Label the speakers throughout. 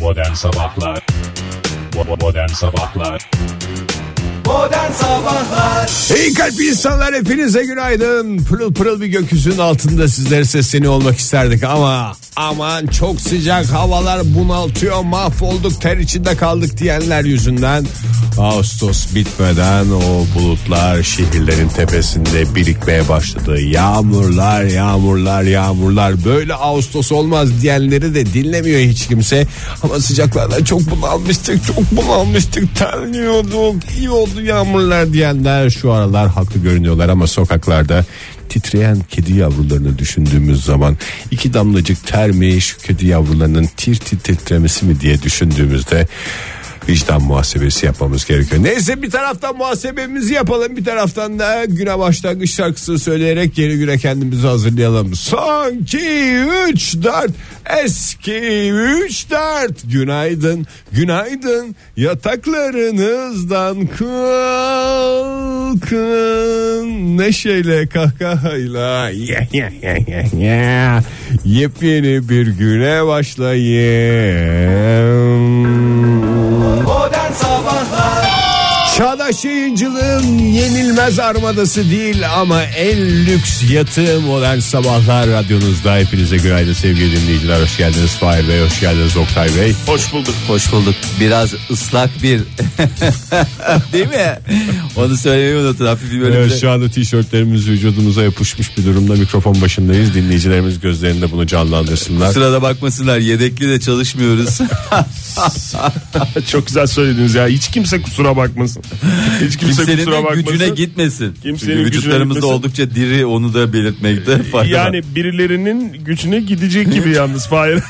Speaker 1: Modern Sabahlar Bo- Modern Sabahlar
Speaker 2: İyi kalpli insanlar hepinize günaydın. Pırıl pırıl bir gökyüzünün altında sizlere sesleniyor olmak isterdik ama aman çok sıcak havalar bunaltıyor mahvolduk ter içinde kaldık diyenler yüzünden Ağustos bitmeden o bulutlar şehirlerin tepesinde birikmeye başladı. Yağmurlar yağmurlar yağmurlar böyle Ağustos olmaz diyenleri de dinlemiyor hiç kimse. Ama sıcaklardan çok bunalmıştık çok bunalmıştık terliyorduk iyi oldu yağmurlar diyenler şu aralar haklı görünüyorlar ama sokaklarda titreyen kedi yavrularını düşündüğümüz zaman iki damlacık ter mi şu kedi yavrularının tir tir titremesi mi diye düşündüğümüzde vicdan muhasebesi yapmamız gerekiyor. Neyse bir taraftan muhasebemizi yapalım bir taraftan da güne başlangıç şarkısı söyleyerek yeni güne kendimizi hazırlayalım. Son 2 3 4 eski 3 4 günaydın günaydın yataklarınızdan kalkın neşeyle kahkahayla ye, ye, ye, ye, ye. yepyeni bir güne başlayın. Çağdaş yayıncılığın yenilmez armadası değil ama en lüks yatı modern sabahlar radyonuzda. Hepinize günaydın sevgili dinleyiciler. Hoş geldiniz Fahir Bey, hoş geldiniz Oktay Bey.
Speaker 1: Hoş bulduk
Speaker 3: Hoş bulduk. Biraz ıslak bir. Değil mi? Onu söylemeyi unuttum. Hafif bir böyle.
Speaker 2: Evet, Ee, şu anda tişörtlerimiz vücudumuza yapışmış bir durumda mikrofon başındayız. Dinleyicilerimiz gözlerinde bunu canlandırsınlar.
Speaker 3: Sırada bakmasınlar. Yedekli de çalışmıyoruz.
Speaker 1: Çok güzel söylediniz ya hiç kimse kusura bakmasın Hiç kimse
Speaker 3: Kimsenin
Speaker 1: kusura
Speaker 3: de
Speaker 1: bakmasın
Speaker 3: gücüne gitmesin.
Speaker 1: Kimsenin
Speaker 3: Çünkü vücutlarımız da
Speaker 1: gücüne Ee,
Speaker 3: oldukça diri onu da belirtmekte fayda yani...
Speaker 1: Yani birilerinin gücüne gidecek gibi yalnız Fahir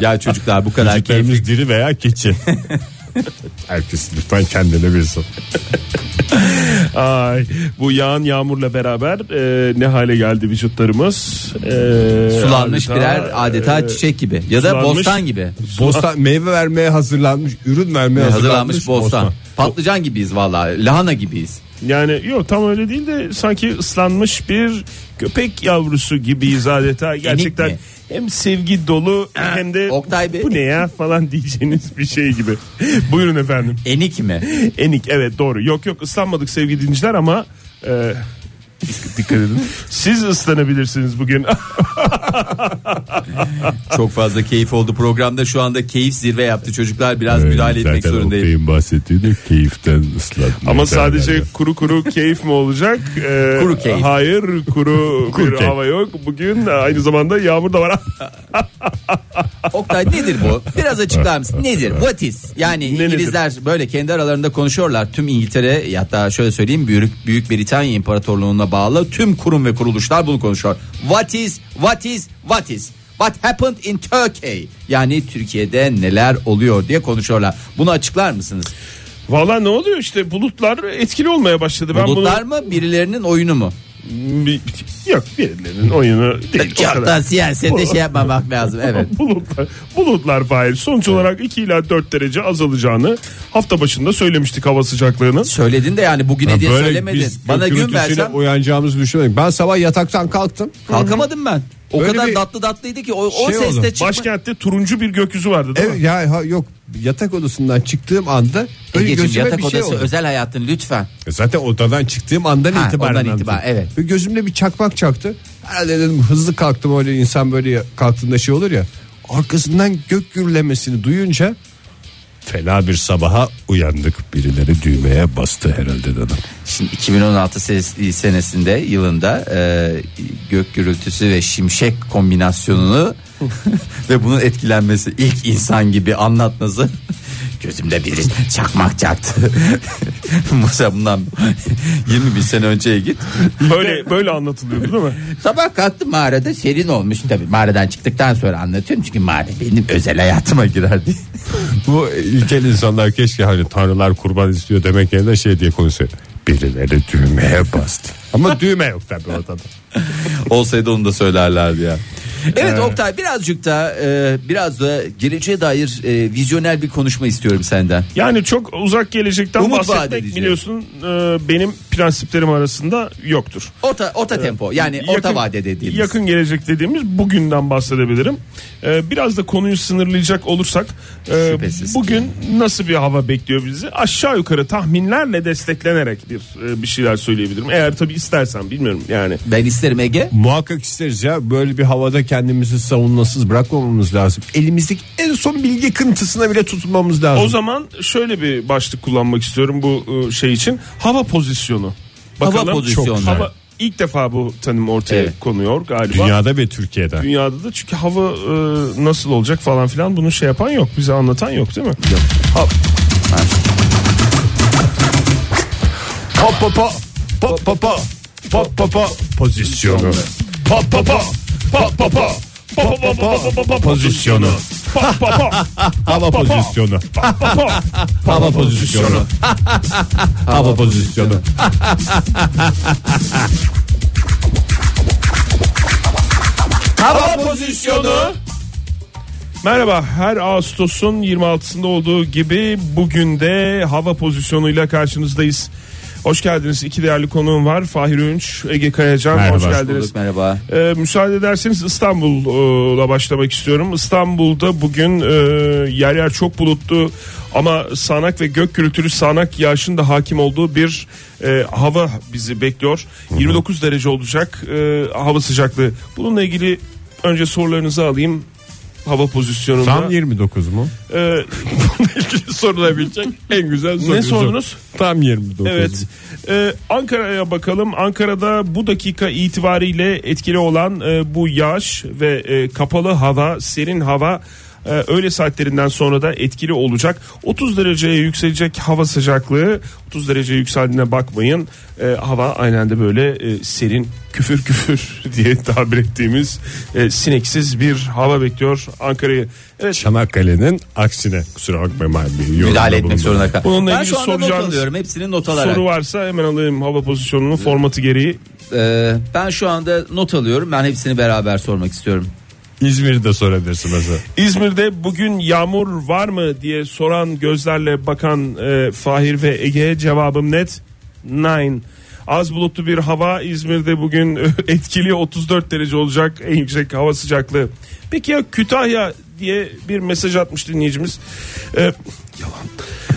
Speaker 3: Ya çocuklar bu kadar keyifli.
Speaker 2: Vücutlarımız diri veya keçi. Herkes lütfen kendine bilsin.
Speaker 1: Ay, Bu yağan yağmurla beraber e, ne hale geldi vücutlarımız E,
Speaker 3: Sulanmış
Speaker 1: adeta,
Speaker 3: birer adeta
Speaker 1: e,
Speaker 3: çiçek gibi. Ya da
Speaker 1: sulanmış-
Speaker 3: bostan gibi.
Speaker 2: Bostan meyve vermeye hazırlanmış, ürün vermeye hazırlanmış,
Speaker 3: Hazırlanmış bostan. Patlıcan gibiyiz vallahi. Lahana gibiyiz.
Speaker 1: Yani yok tam öyle değil de sanki ıslanmış bir köpek yavrusu gibiyiz adeta. Gerçekten
Speaker 3: mi?
Speaker 1: hem sevgi dolu hem de
Speaker 3: Oktay Bey.
Speaker 1: bu ne ya falan diyeceğiniz bir şey gibi. Buyurun efendim.
Speaker 3: Enik mi?
Speaker 1: Enik evet doğru. Yok yok ıslanmadık sevgili dinleyiciler ama e, dik- dikkat edin. Siz ıslanabilirsiniz bugün.
Speaker 3: Çok fazla keyif oldu programda. Şu anda keyif zirve yaptı. Çocuklar biraz müdahale etmek zorundayım.
Speaker 2: Ee, bahsettiği de keyiften ıslatma.
Speaker 1: ama sadece kuru kuru keyif mi olacak? E,
Speaker 3: Kuru keyif.
Speaker 1: Hayır kuru,
Speaker 2: Kuru
Speaker 1: bir
Speaker 2: keyif.
Speaker 1: hava yok. Bugün aynı zamanda yağmur da var.
Speaker 3: Oktay nedir bu? Biraz açıklar mısın? Nedir? What is? Yani İngilizler böyle kendi aralarında konuşuyorlar. Tüm İngiltere hatta şöyle söyleyeyim Büyük, Büyük Britanya İmparatorluğu'na bağlı tüm kurum ve kuruluşlar bunu konuşuyor. What is? What is? What is? What happened in Turkey? Yani Türkiye'de neler oluyor diye konuşuyorlar. Bunu açıklar mısınız?
Speaker 1: Valla ne oluyor işte bulutlar etkili olmaya başladı. Ben bunu-
Speaker 3: Bulutlar mı birilerinin oyunu mu?
Speaker 1: Bir- Yok birilerinin oyunu değil. o
Speaker 3: Çok
Speaker 1: kadar.
Speaker 3: da siyasete şey yapmamak lazım. Evet.
Speaker 1: Bulutlar, bulutlar fail. Sonuç olarak 2 ila 4 derece azalacağını hafta başında söylemiştik hava sıcaklığının.
Speaker 3: Söyledin de yani bugüne diye söylemedin. Bana gün versen
Speaker 2: uyanacağımızı düşünmedik. Ben sabah yataktan kalktım.
Speaker 3: kalkamadım ben. O
Speaker 2: Öyle
Speaker 3: kadar
Speaker 2: bir
Speaker 3: tatlı tatlıydı ki o, o
Speaker 2: şey
Speaker 3: seste
Speaker 2: oldu.
Speaker 3: çıkma.
Speaker 1: Başkentte turuncu bir gökyüzü vardı değil
Speaker 2: Ev,
Speaker 1: mi?
Speaker 2: ya ha- yok yatak odasından çıktığım anda böyle
Speaker 3: Egeciğim,
Speaker 2: gözüme
Speaker 3: yatak
Speaker 2: bir şey
Speaker 3: odası
Speaker 2: oldu. E,
Speaker 3: özel hayatın lütfen.
Speaker 2: Zaten odadan çıktığım andan
Speaker 3: Ha,
Speaker 2: itibaren.
Speaker 3: ondan
Speaker 2: anladım.
Speaker 3: itibaren, evet.
Speaker 2: Ve gözümde bir çakmak çaktı. Herhalde dedim hızlı kalktım öyle insan böyle ya- kalktığında şey olur ya. Arkasından gök gürlemesini duyunca fena bir sabaha uyandık. Birileri düğmeye bastı herhalde dedim.
Speaker 3: Şimdi 2016 ses- senesinde yılında e, gök gürültüsü ve şimşek kombinasyonunu ve bunun etkilenmesi ilk insan gibi anlatması gözümde bir çakmak çaktı. Mesela bundan 20 bin sene önceye git.
Speaker 1: Böyle böyle anlatılıyordu değil mi?
Speaker 3: Sabah kalktım mağarada serin olmuş tabii mağaradan çıktıktan sonra anlatıyorum çünkü mağara benim özel hayatıma girer diye.
Speaker 2: Bu ilkel insanlar keşke hani tanrılar kurban istiyor demek yerine şey diye konuşuyor. Birileri düğmeye bastı. Ama düğme yok tabii ortada.
Speaker 3: Olsaydı onu da söylerlerdi ya.
Speaker 1: Ee.
Speaker 3: Evet Oktay birazcık da e, biraz da geleceğe dair e, vizyoner bir konuşma istiyorum senden.
Speaker 1: Yani çok uzak gelecekten
Speaker 3: Umut vaat
Speaker 1: bahsetmek
Speaker 3: edici.
Speaker 1: biliyorsun e, benim prensiplerim arasında yoktur.
Speaker 3: Orta orta tempo yani orta vade dediğimiz.
Speaker 1: Yakın gelecek dediğimiz bugünden bahsedebilirim. Ee, biraz da konuyu sınırlayacak olursak e,
Speaker 3: Şüphesiz
Speaker 1: bugün nasıl bir hava bekliyor bizi? Aşağı yukarı tahminlerle desteklenerek bir e, bir şeyler söyleyebilirim. Eğer tabii istersen bilmiyorum yani.
Speaker 3: Ben isterim Ege.
Speaker 2: Muhakkak isteriz ya böyle bir havada kendimizi savunmasız bırakmamamız lazım. Elimizdeki en son bilgi kıntısına bile tutunmamız lazım.
Speaker 1: O zaman şöyle bir başlık kullanmak istiyorum bu e, şey için. Hava pozisyonu.
Speaker 3: Hava pozisyonu.
Speaker 1: hava ilk defa bu tanım ortaya
Speaker 3: Evet.
Speaker 1: konuyor galiba.
Speaker 2: Dünyada ve Türkiye'de.
Speaker 1: Dünyada da çünkü hava e, nasıl olacak falan filan bunu şey yapan yok. Bize anlatan yok değil mi?
Speaker 2: Pa pa pa pa pa pa pa pa pa pozisyonu. Pa pa pa pa pa pa pa pa pa pa pa pozisyonu.
Speaker 1: Pa, pa, pa,
Speaker 2: Hava pozisyonu.
Speaker 1: pa, pa.
Speaker 2: Hava pozisyonu. Hava pozisyonu.
Speaker 3: Hava pozisyonu.
Speaker 1: Merhaba her Ağustos'un 26'sında olduğu gibi bugün de hava pozisyonuyla karşınızdayız. Hoş geldiniz. İki değerli konuğum var. Fahir Ünç, Ege Kayacan.
Speaker 2: Merhaba.
Speaker 1: Hoş
Speaker 2: Hoş
Speaker 1: geldiniz.
Speaker 3: Bulduk, merhaba.
Speaker 1: Ee, müsaade ederseniz İstanbul'la başlamak istiyorum. İstanbul'da bugün e, yer yer çok bulutlu ama sağanak ve gök gürültülü sağanak yağışın da hakim olduğu bir e, hava bizi bekliyor. 29 derece olacak e, hava sıcaklığı. Bununla ilgili önce sorularınızı alayım. Hava pozisyonunda.
Speaker 2: Tam 29 mu?
Speaker 1: E, bununla ilgili sorulabilecek.
Speaker 2: En güzel
Speaker 1: ne sordunuz?
Speaker 2: Tam 29.
Speaker 1: Evet. Ee, Ankara'ya bakalım. Ankara'da bu dakika itibariyle etkili olan e, bu yağış ve e, kapalı hava, serin hava e, öğle saatlerinden sonra da etkili olacak. 30 dereceye yükselecek hava sıcaklığı. 30 derece yükseldiğine bakmayın. E, hava aynen de böyle e, serin, küfür küfür diye tabir ettiğimiz e, sineksiz bir hava bekliyor Ankara'yı. Evet.
Speaker 2: Çanakkale'nin aksine kusura bakmayın ben bir yorumda
Speaker 3: Müdahale etmek
Speaker 2: bulundum.
Speaker 3: zorunda kal.
Speaker 1: Bununla
Speaker 3: Ben
Speaker 1: ilgili
Speaker 3: şu anda not
Speaker 1: soracağınız
Speaker 3: alıyorum hepsini not alarak.
Speaker 1: Soru varsa hemen alayım hava pozisyonunun formatı gereği.
Speaker 3: Ee, ben şu anda not alıyorum. Ben hepsini beraber sormak istiyorum.
Speaker 2: İzmir'i de sorabilirsin mesela.
Speaker 1: İzmir'de bugün yağmur var mı diye soran gözlerle bakan e, Fahir ve Ege cevabım net. Nine. Az bulutlu bir hava İzmir'de bugün etkili 34 derece olacak en yüksek hava sıcaklığı. Peki ya Kütahya diye bir mesaj atmış dinleyicimiz. E,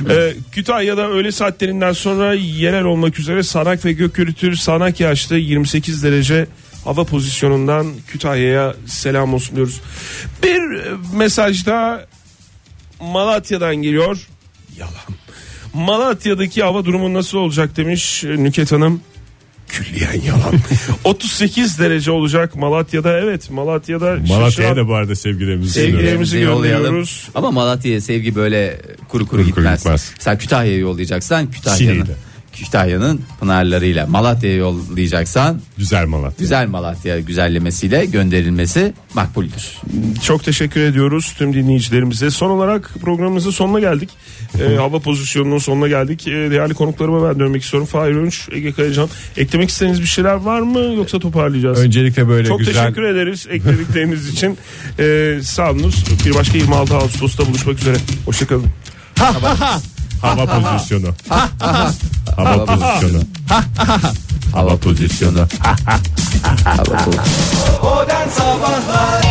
Speaker 1: ee, Kütahya'da öğle saatlerinden sonra yerel olmak üzere sanak ve gök gürültülü sanak yağışlı 28 derece hava pozisyonundan Kütahya'ya selam olsun diyoruz. Bir e, mesaj daha Malatya'dan geliyor. Yalan. Malatya'daki hava durumu nasıl olacak demiş e, Nüket Hanım. Külliyen yalan. 38 derece olacak Malatya'da. Evet Malatya'da
Speaker 2: Malatya'ya
Speaker 1: şaşıran
Speaker 2: da bu arada sevgilerimizi
Speaker 1: Sevgilerimiz-
Speaker 2: sunuyorum.
Speaker 1: Sevgilerimizi
Speaker 3: yollayalım.
Speaker 1: gönderiyoruz.
Speaker 3: Ama Malatya'ya sevgi böyle kuru kuru
Speaker 2: Kuru kuru
Speaker 3: gitmez.
Speaker 2: gitmez.
Speaker 3: Sen Kütahya'ya yollayacaksan Kütahya'nın
Speaker 2: Şili'yle.
Speaker 3: Kütahya'nın pınarlarıyla Malatya'ya yollayacaksan
Speaker 2: Güzel Malatya.
Speaker 3: güzel Malatya güzellemesiyle gönderilmesi makbuldür.
Speaker 1: Çok teşekkür ediyoruz tüm dinleyicilerimize. Son olarak programımızın sonuna geldik. Ee, hava pozisyonunun sonuna geldik. Ee, değerli konuklarıma ben dönmek istiyorum. Fahir Önç, Ege Kayacan. Eklemek istediğiniz bir şeyler var mı yoksa toparlayacağız?
Speaker 2: Öncelikle böyle
Speaker 1: Çok
Speaker 2: güzel
Speaker 1: teşekkür ederiz ekledikleriniz için. Ee, sağ olunuz. Bir başka 26 Ağustos'ta buluşmak üzere. Hoşçakalın.
Speaker 2: hava pozisyonu. hava pozisyonu. hava pozisyonu.
Speaker 4: Modern Sabahlar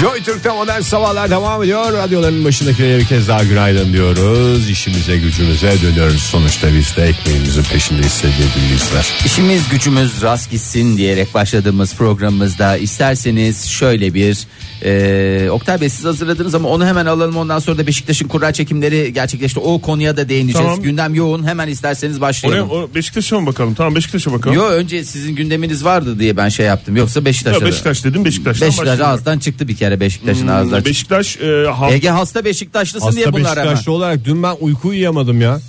Speaker 2: Joy Türk'te modern sabahlar devam ediyor. Radyoların başındakilere bir kez daha günaydın diyoruz. İşimize gücümüze dönüyoruz. Sonuçta biz de ekmeğimizin peşindeyiz sevgili dinleyiciler.
Speaker 3: İşimiz gücümüz rast gitsin diyerek başladığımız programımızda isterseniz şöyle bir e, Oktay Bey siz hazırladınız ama onu hemen alalım ondan sonra da Beşiktaş'ın kura çekimleri gerçekleşti. O konuya da değineceğiz.
Speaker 1: Tamam.
Speaker 3: Gündem yoğun hemen isterseniz
Speaker 1: Oraya,
Speaker 3: başlayalım.
Speaker 1: o Beşiktaş'a mı bakalım? Tamam Beşiktaş'a bakalım.
Speaker 3: Yo önce sizin gündeminiz vardı diye ben şey yaptım. Yoksa Beşiktaş'a
Speaker 1: Ya
Speaker 3: da-
Speaker 1: Beşiktaş dedim Beşiktaş'tan
Speaker 3: Beşiktaş
Speaker 1: başlayalım.
Speaker 3: ağızdan çıktı bir kere Beşiktaş'ın ağızdan. çıktı.
Speaker 1: Beşiktaş e, hafta
Speaker 3: Ege hasta Beşiktaşlısın diye
Speaker 2: Hasta
Speaker 3: bunlar hemen.
Speaker 2: Beşiktaşlı olarak dün ben uyku uyuyamadım ya.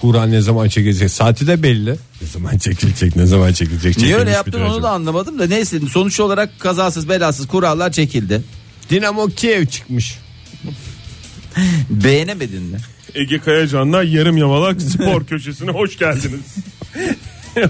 Speaker 2: Kur'an ne zaman çekilecek? Saati de belli. Ne zaman çekilecek? Ne zaman çekilecek?
Speaker 3: Niye öyle
Speaker 2: Çekilmiş
Speaker 3: yaptın
Speaker 2: midir
Speaker 3: onu
Speaker 2: acaba?
Speaker 3: da anlamadım da neyse sonuç olarak kazasız belasız kurallar çekildi.
Speaker 2: Dinamo Kiev çıkmış.
Speaker 3: Beğenemedin mi?
Speaker 1: Ege Kayacan'la yarım yamalak spor köşesine hoş geldiniz.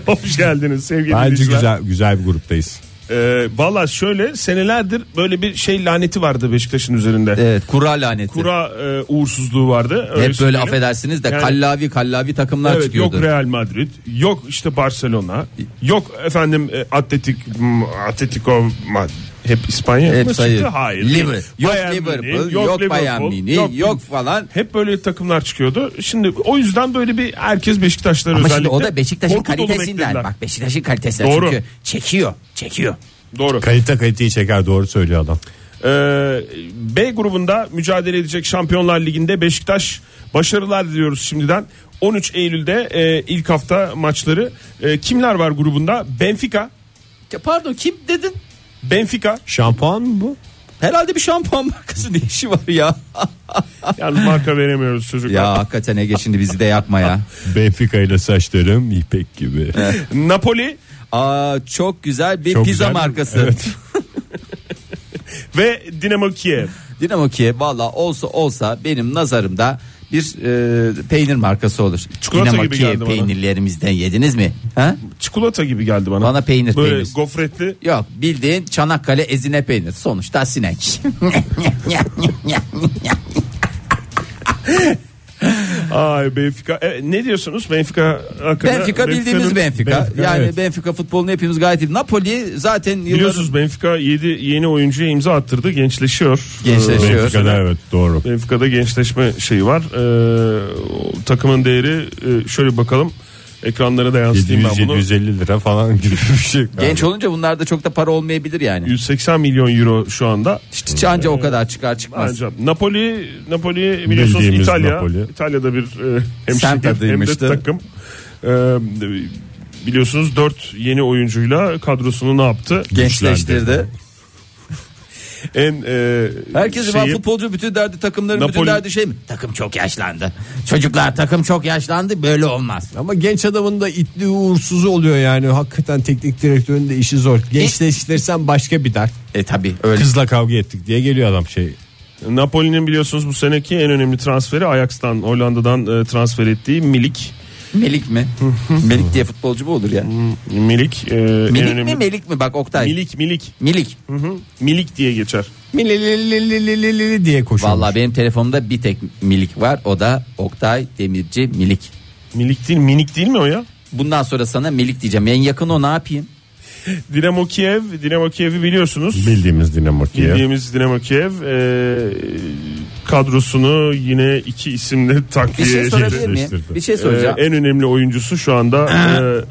Speaker 1: hoş geldiniz sevgili
Speaker 2: Bence
Speaker 1: dinleyiciler.
Speaker 2: güzel güzel bir gruptayız.
Speaker 1: Ee, Valla şöyle senelerdir böyle bir şey laneti vardı Beşiktaş'ın üzerinde.
Speaker 3: Evet kura laneti.
Speaker 1: Kura e, uğursuzluğu vardı. öyle
Speaker 3: Hep böyle
Speaker 1: söyleyelim.
Speaker 3: affedersiniz de
Speaker 1: Yani-
Speaker 3: kallavi kallavi takımlar
Speaker 1: Evet,
Speaker 3: çıkıyordu.
Speaker 1: yok Real Madrid, yok işte Barcelona, yok efendim e, Atletik m, Atletico Madrid. Hep İspanya
Speaker 3: Hep
Speaker 1: mı
Speaker 3: sayı.
Speaker 1: çıktı? Hayır.
Speaker 3: Liver- yok
Speaker 1: Bayern
Speaker 3: Liverpool,
Speaker 1: Münih,
Speaker 3: yok Bayern Münih, yok falan.
Speaker 1: Hep böyle takımlar çıkıyordu. Şimdi o yüzden böyle bir herkes Beşiktaşlar
Speaker 3: Ama
Speaker 1: özellikle.
Speaker 3: şimdi o da Beşiktaş'ın
Speaker 1: korku dolu
Speaker 3: kalitesinden.
Speaker 1: beklediler.
Speaker 3: Bak Beşiktaş'ın kalitesinden
Speaker 1: Doğru.
Speaker 3: çünkü çekiyor, çekiyor.
Speaker 1: Doğru.
Speaker 2: Kalite kaliteyi çeker doğru söylüyor adam.
Speaker 1: Ee, B grubunda mücadele edecek Şampiyonlar Ligi'nde Beşiktaş başarılar diliyoruz şimdiden. 13 Eylül'de e, ilk hafta maçları. E, kimler var grubunda? Benfica.
Speaker 3: Ya Pardon kim dedin?
Speaker 1: Benfica.
Speaker 2: Şampuan mı bu?
Speaker 3: Herhalde bir şampuan markası ne işi var ya?
Speaker 1: Yani marka veremiyoruz çocuklar.
Speaker 3: ya hakikaten Ege şimdi bizi de yapma ya.
Speaker 2: Benfica ile saçlarım ipek gibi.
Speaker 1: Napoli
Speaker 3: Aa çok güzel bir
Speaker 2: Çok
Speaker 3: pizza
Speaker 2: güzel.
Speaker 3: markası.
Speaker 2: Evet.
Speaker 1: ve Dinamo Kiev.
Speaker 3: Dinamo Kiev valla olsa olsa benim nazarımda bir e, peynir markası olur.
Speaker 1: Çikolata
Speaker 3: Dinamo
Speaker 1: gibi
Speaker 3: Kiev
Speaker 1: geldi bana.
Speaker 3: peynirlerimizden yediniz mi? Ha?
Speaker 1: Çikolata gibi geldi bana.
Speaker 3: Bana peynir,
Speaker 1: Böyle
Speaker 3: peynir.
Speaker 1: gofretli.
Speaker 3: Yok bildiğin Çanakkale ezine peynir. Sonuçta sinek.
Speaker 1: Ay Benfica. E, ne diyorsunuz Benfica hakkında?
Speaker 3: Benfica bildiğimiz
Speaker 1: Benfica'nın-
Speaker 3: Benfica. yani
Speaker 1: evet.
Speaker 3: Benfica futbolunu hepimiz gayet iyi. Napoli zaten yılların...
Speaker 1: Biliyorsunuz Benfica 7 yeni oyuncuya imza attırdı. Gençleşiyor.
Speaker 3: Gençleşiyor.
Speaker 1: Ee,
Speaker 2: Benfica'da evet doğru.
Speaker 1: Benfica'da gençleşme şeyi var. Ee, o takımın değeri e, şöyle bakalım. Ekranlara da yansıtayım ben bunu.
Speaker 2: 700-750 lira falan gibi bir şey.
Speaker 3: Genç olunca bunlarda çok da para olmayabilir yani.
Speaker 1: 180 milyon euro şu anda.
Speaker 3: Hiç anca o kadar çıkar çıkmaz.
Speaker 1: Ancak Napoli Napoli biliyorsunuz
Speaker 2: Bildiğimiz
Speaker 1: İtalya.
Speaker 2: Napoli.
Speaker 1: İtalya'da bir e, hem
Speaker 3: Semt
Speaker 1: şirket hem de
Speaker 3: adıymıştı.
Speaker 1: takım. E, biliyorsunuz 4 yeni oyuncuyla kadrosunu ne yaptı?
Speaker 3: Gençleştirdi.
Speaker 1: En e,
Speaker 3: Herkes
Speaker 1: şeyi-
Speaker 3: ben futbolcu bütün derdi takımların bütün
Speaker 1: Napoli-
Speaker 3: derdi şey mi? Takım çok yaşlandı. Çocuklar takım çok yaşlandı böyle olmaz.
Speaker 2: Ama genç adamın da itli uğursuzu oluyor yani. Hakikaten teknik direktörün de işi zor. Gençleştirsen başka bir dert.
Speaker 3: E tabi öyle.
Speaker 2: Kızla kavga ettik diye geliyor adam şey.
Speaker 1: Napoli'nin biliyorsunuz bu seneki en önemli transferi Ajax'tan Hollanda'dan e, transfer ettiği Milik.
Speaker 3: Melik mi? Melik diye futbolcu mu olur ya?
Speaker 1: Milik, e, Hmm. en
Speaker 3: Milik
Speaker 1: önemli
Speaker 3: mi Melik mi? Bak Oktay. Milik.
Speaker 1: Milik Milik. Hı hı. Milik diye geçer.
Speaker 2: Milililililili diye koşuyor.
Speaker 3: Vallahi benim telefonumda bir tek Milik var. O da Oktay Demirci Milik.
Speaker 1: Milik değil minik değil mi o ya?
Speaker 3: Bundan sonra sana Melik diyeceğim. En yakın o ne yapayım?
Speaker 1: Dinamo Kiev, Dinamo Kiev'i biliyorsunuz.
Speaker 2: Bildiğimiz Dinamo Kiev.
Speaker 1: Bildiğimiz Dinamo Kiev e, kadrosunu yine iki isimle
Speaker 3: Bir
Speaker 1: takviye
Speaker 3: şey sorabilir
Speaker 1: etti.
Speaker 3: miyim?
Speaker 2: Eşleştirdi.
Speaker 3: Bir şey
Speaker 1: E,
Speaker 3: soracağım.
Speaker 1: en önemli oyuncusu şu anda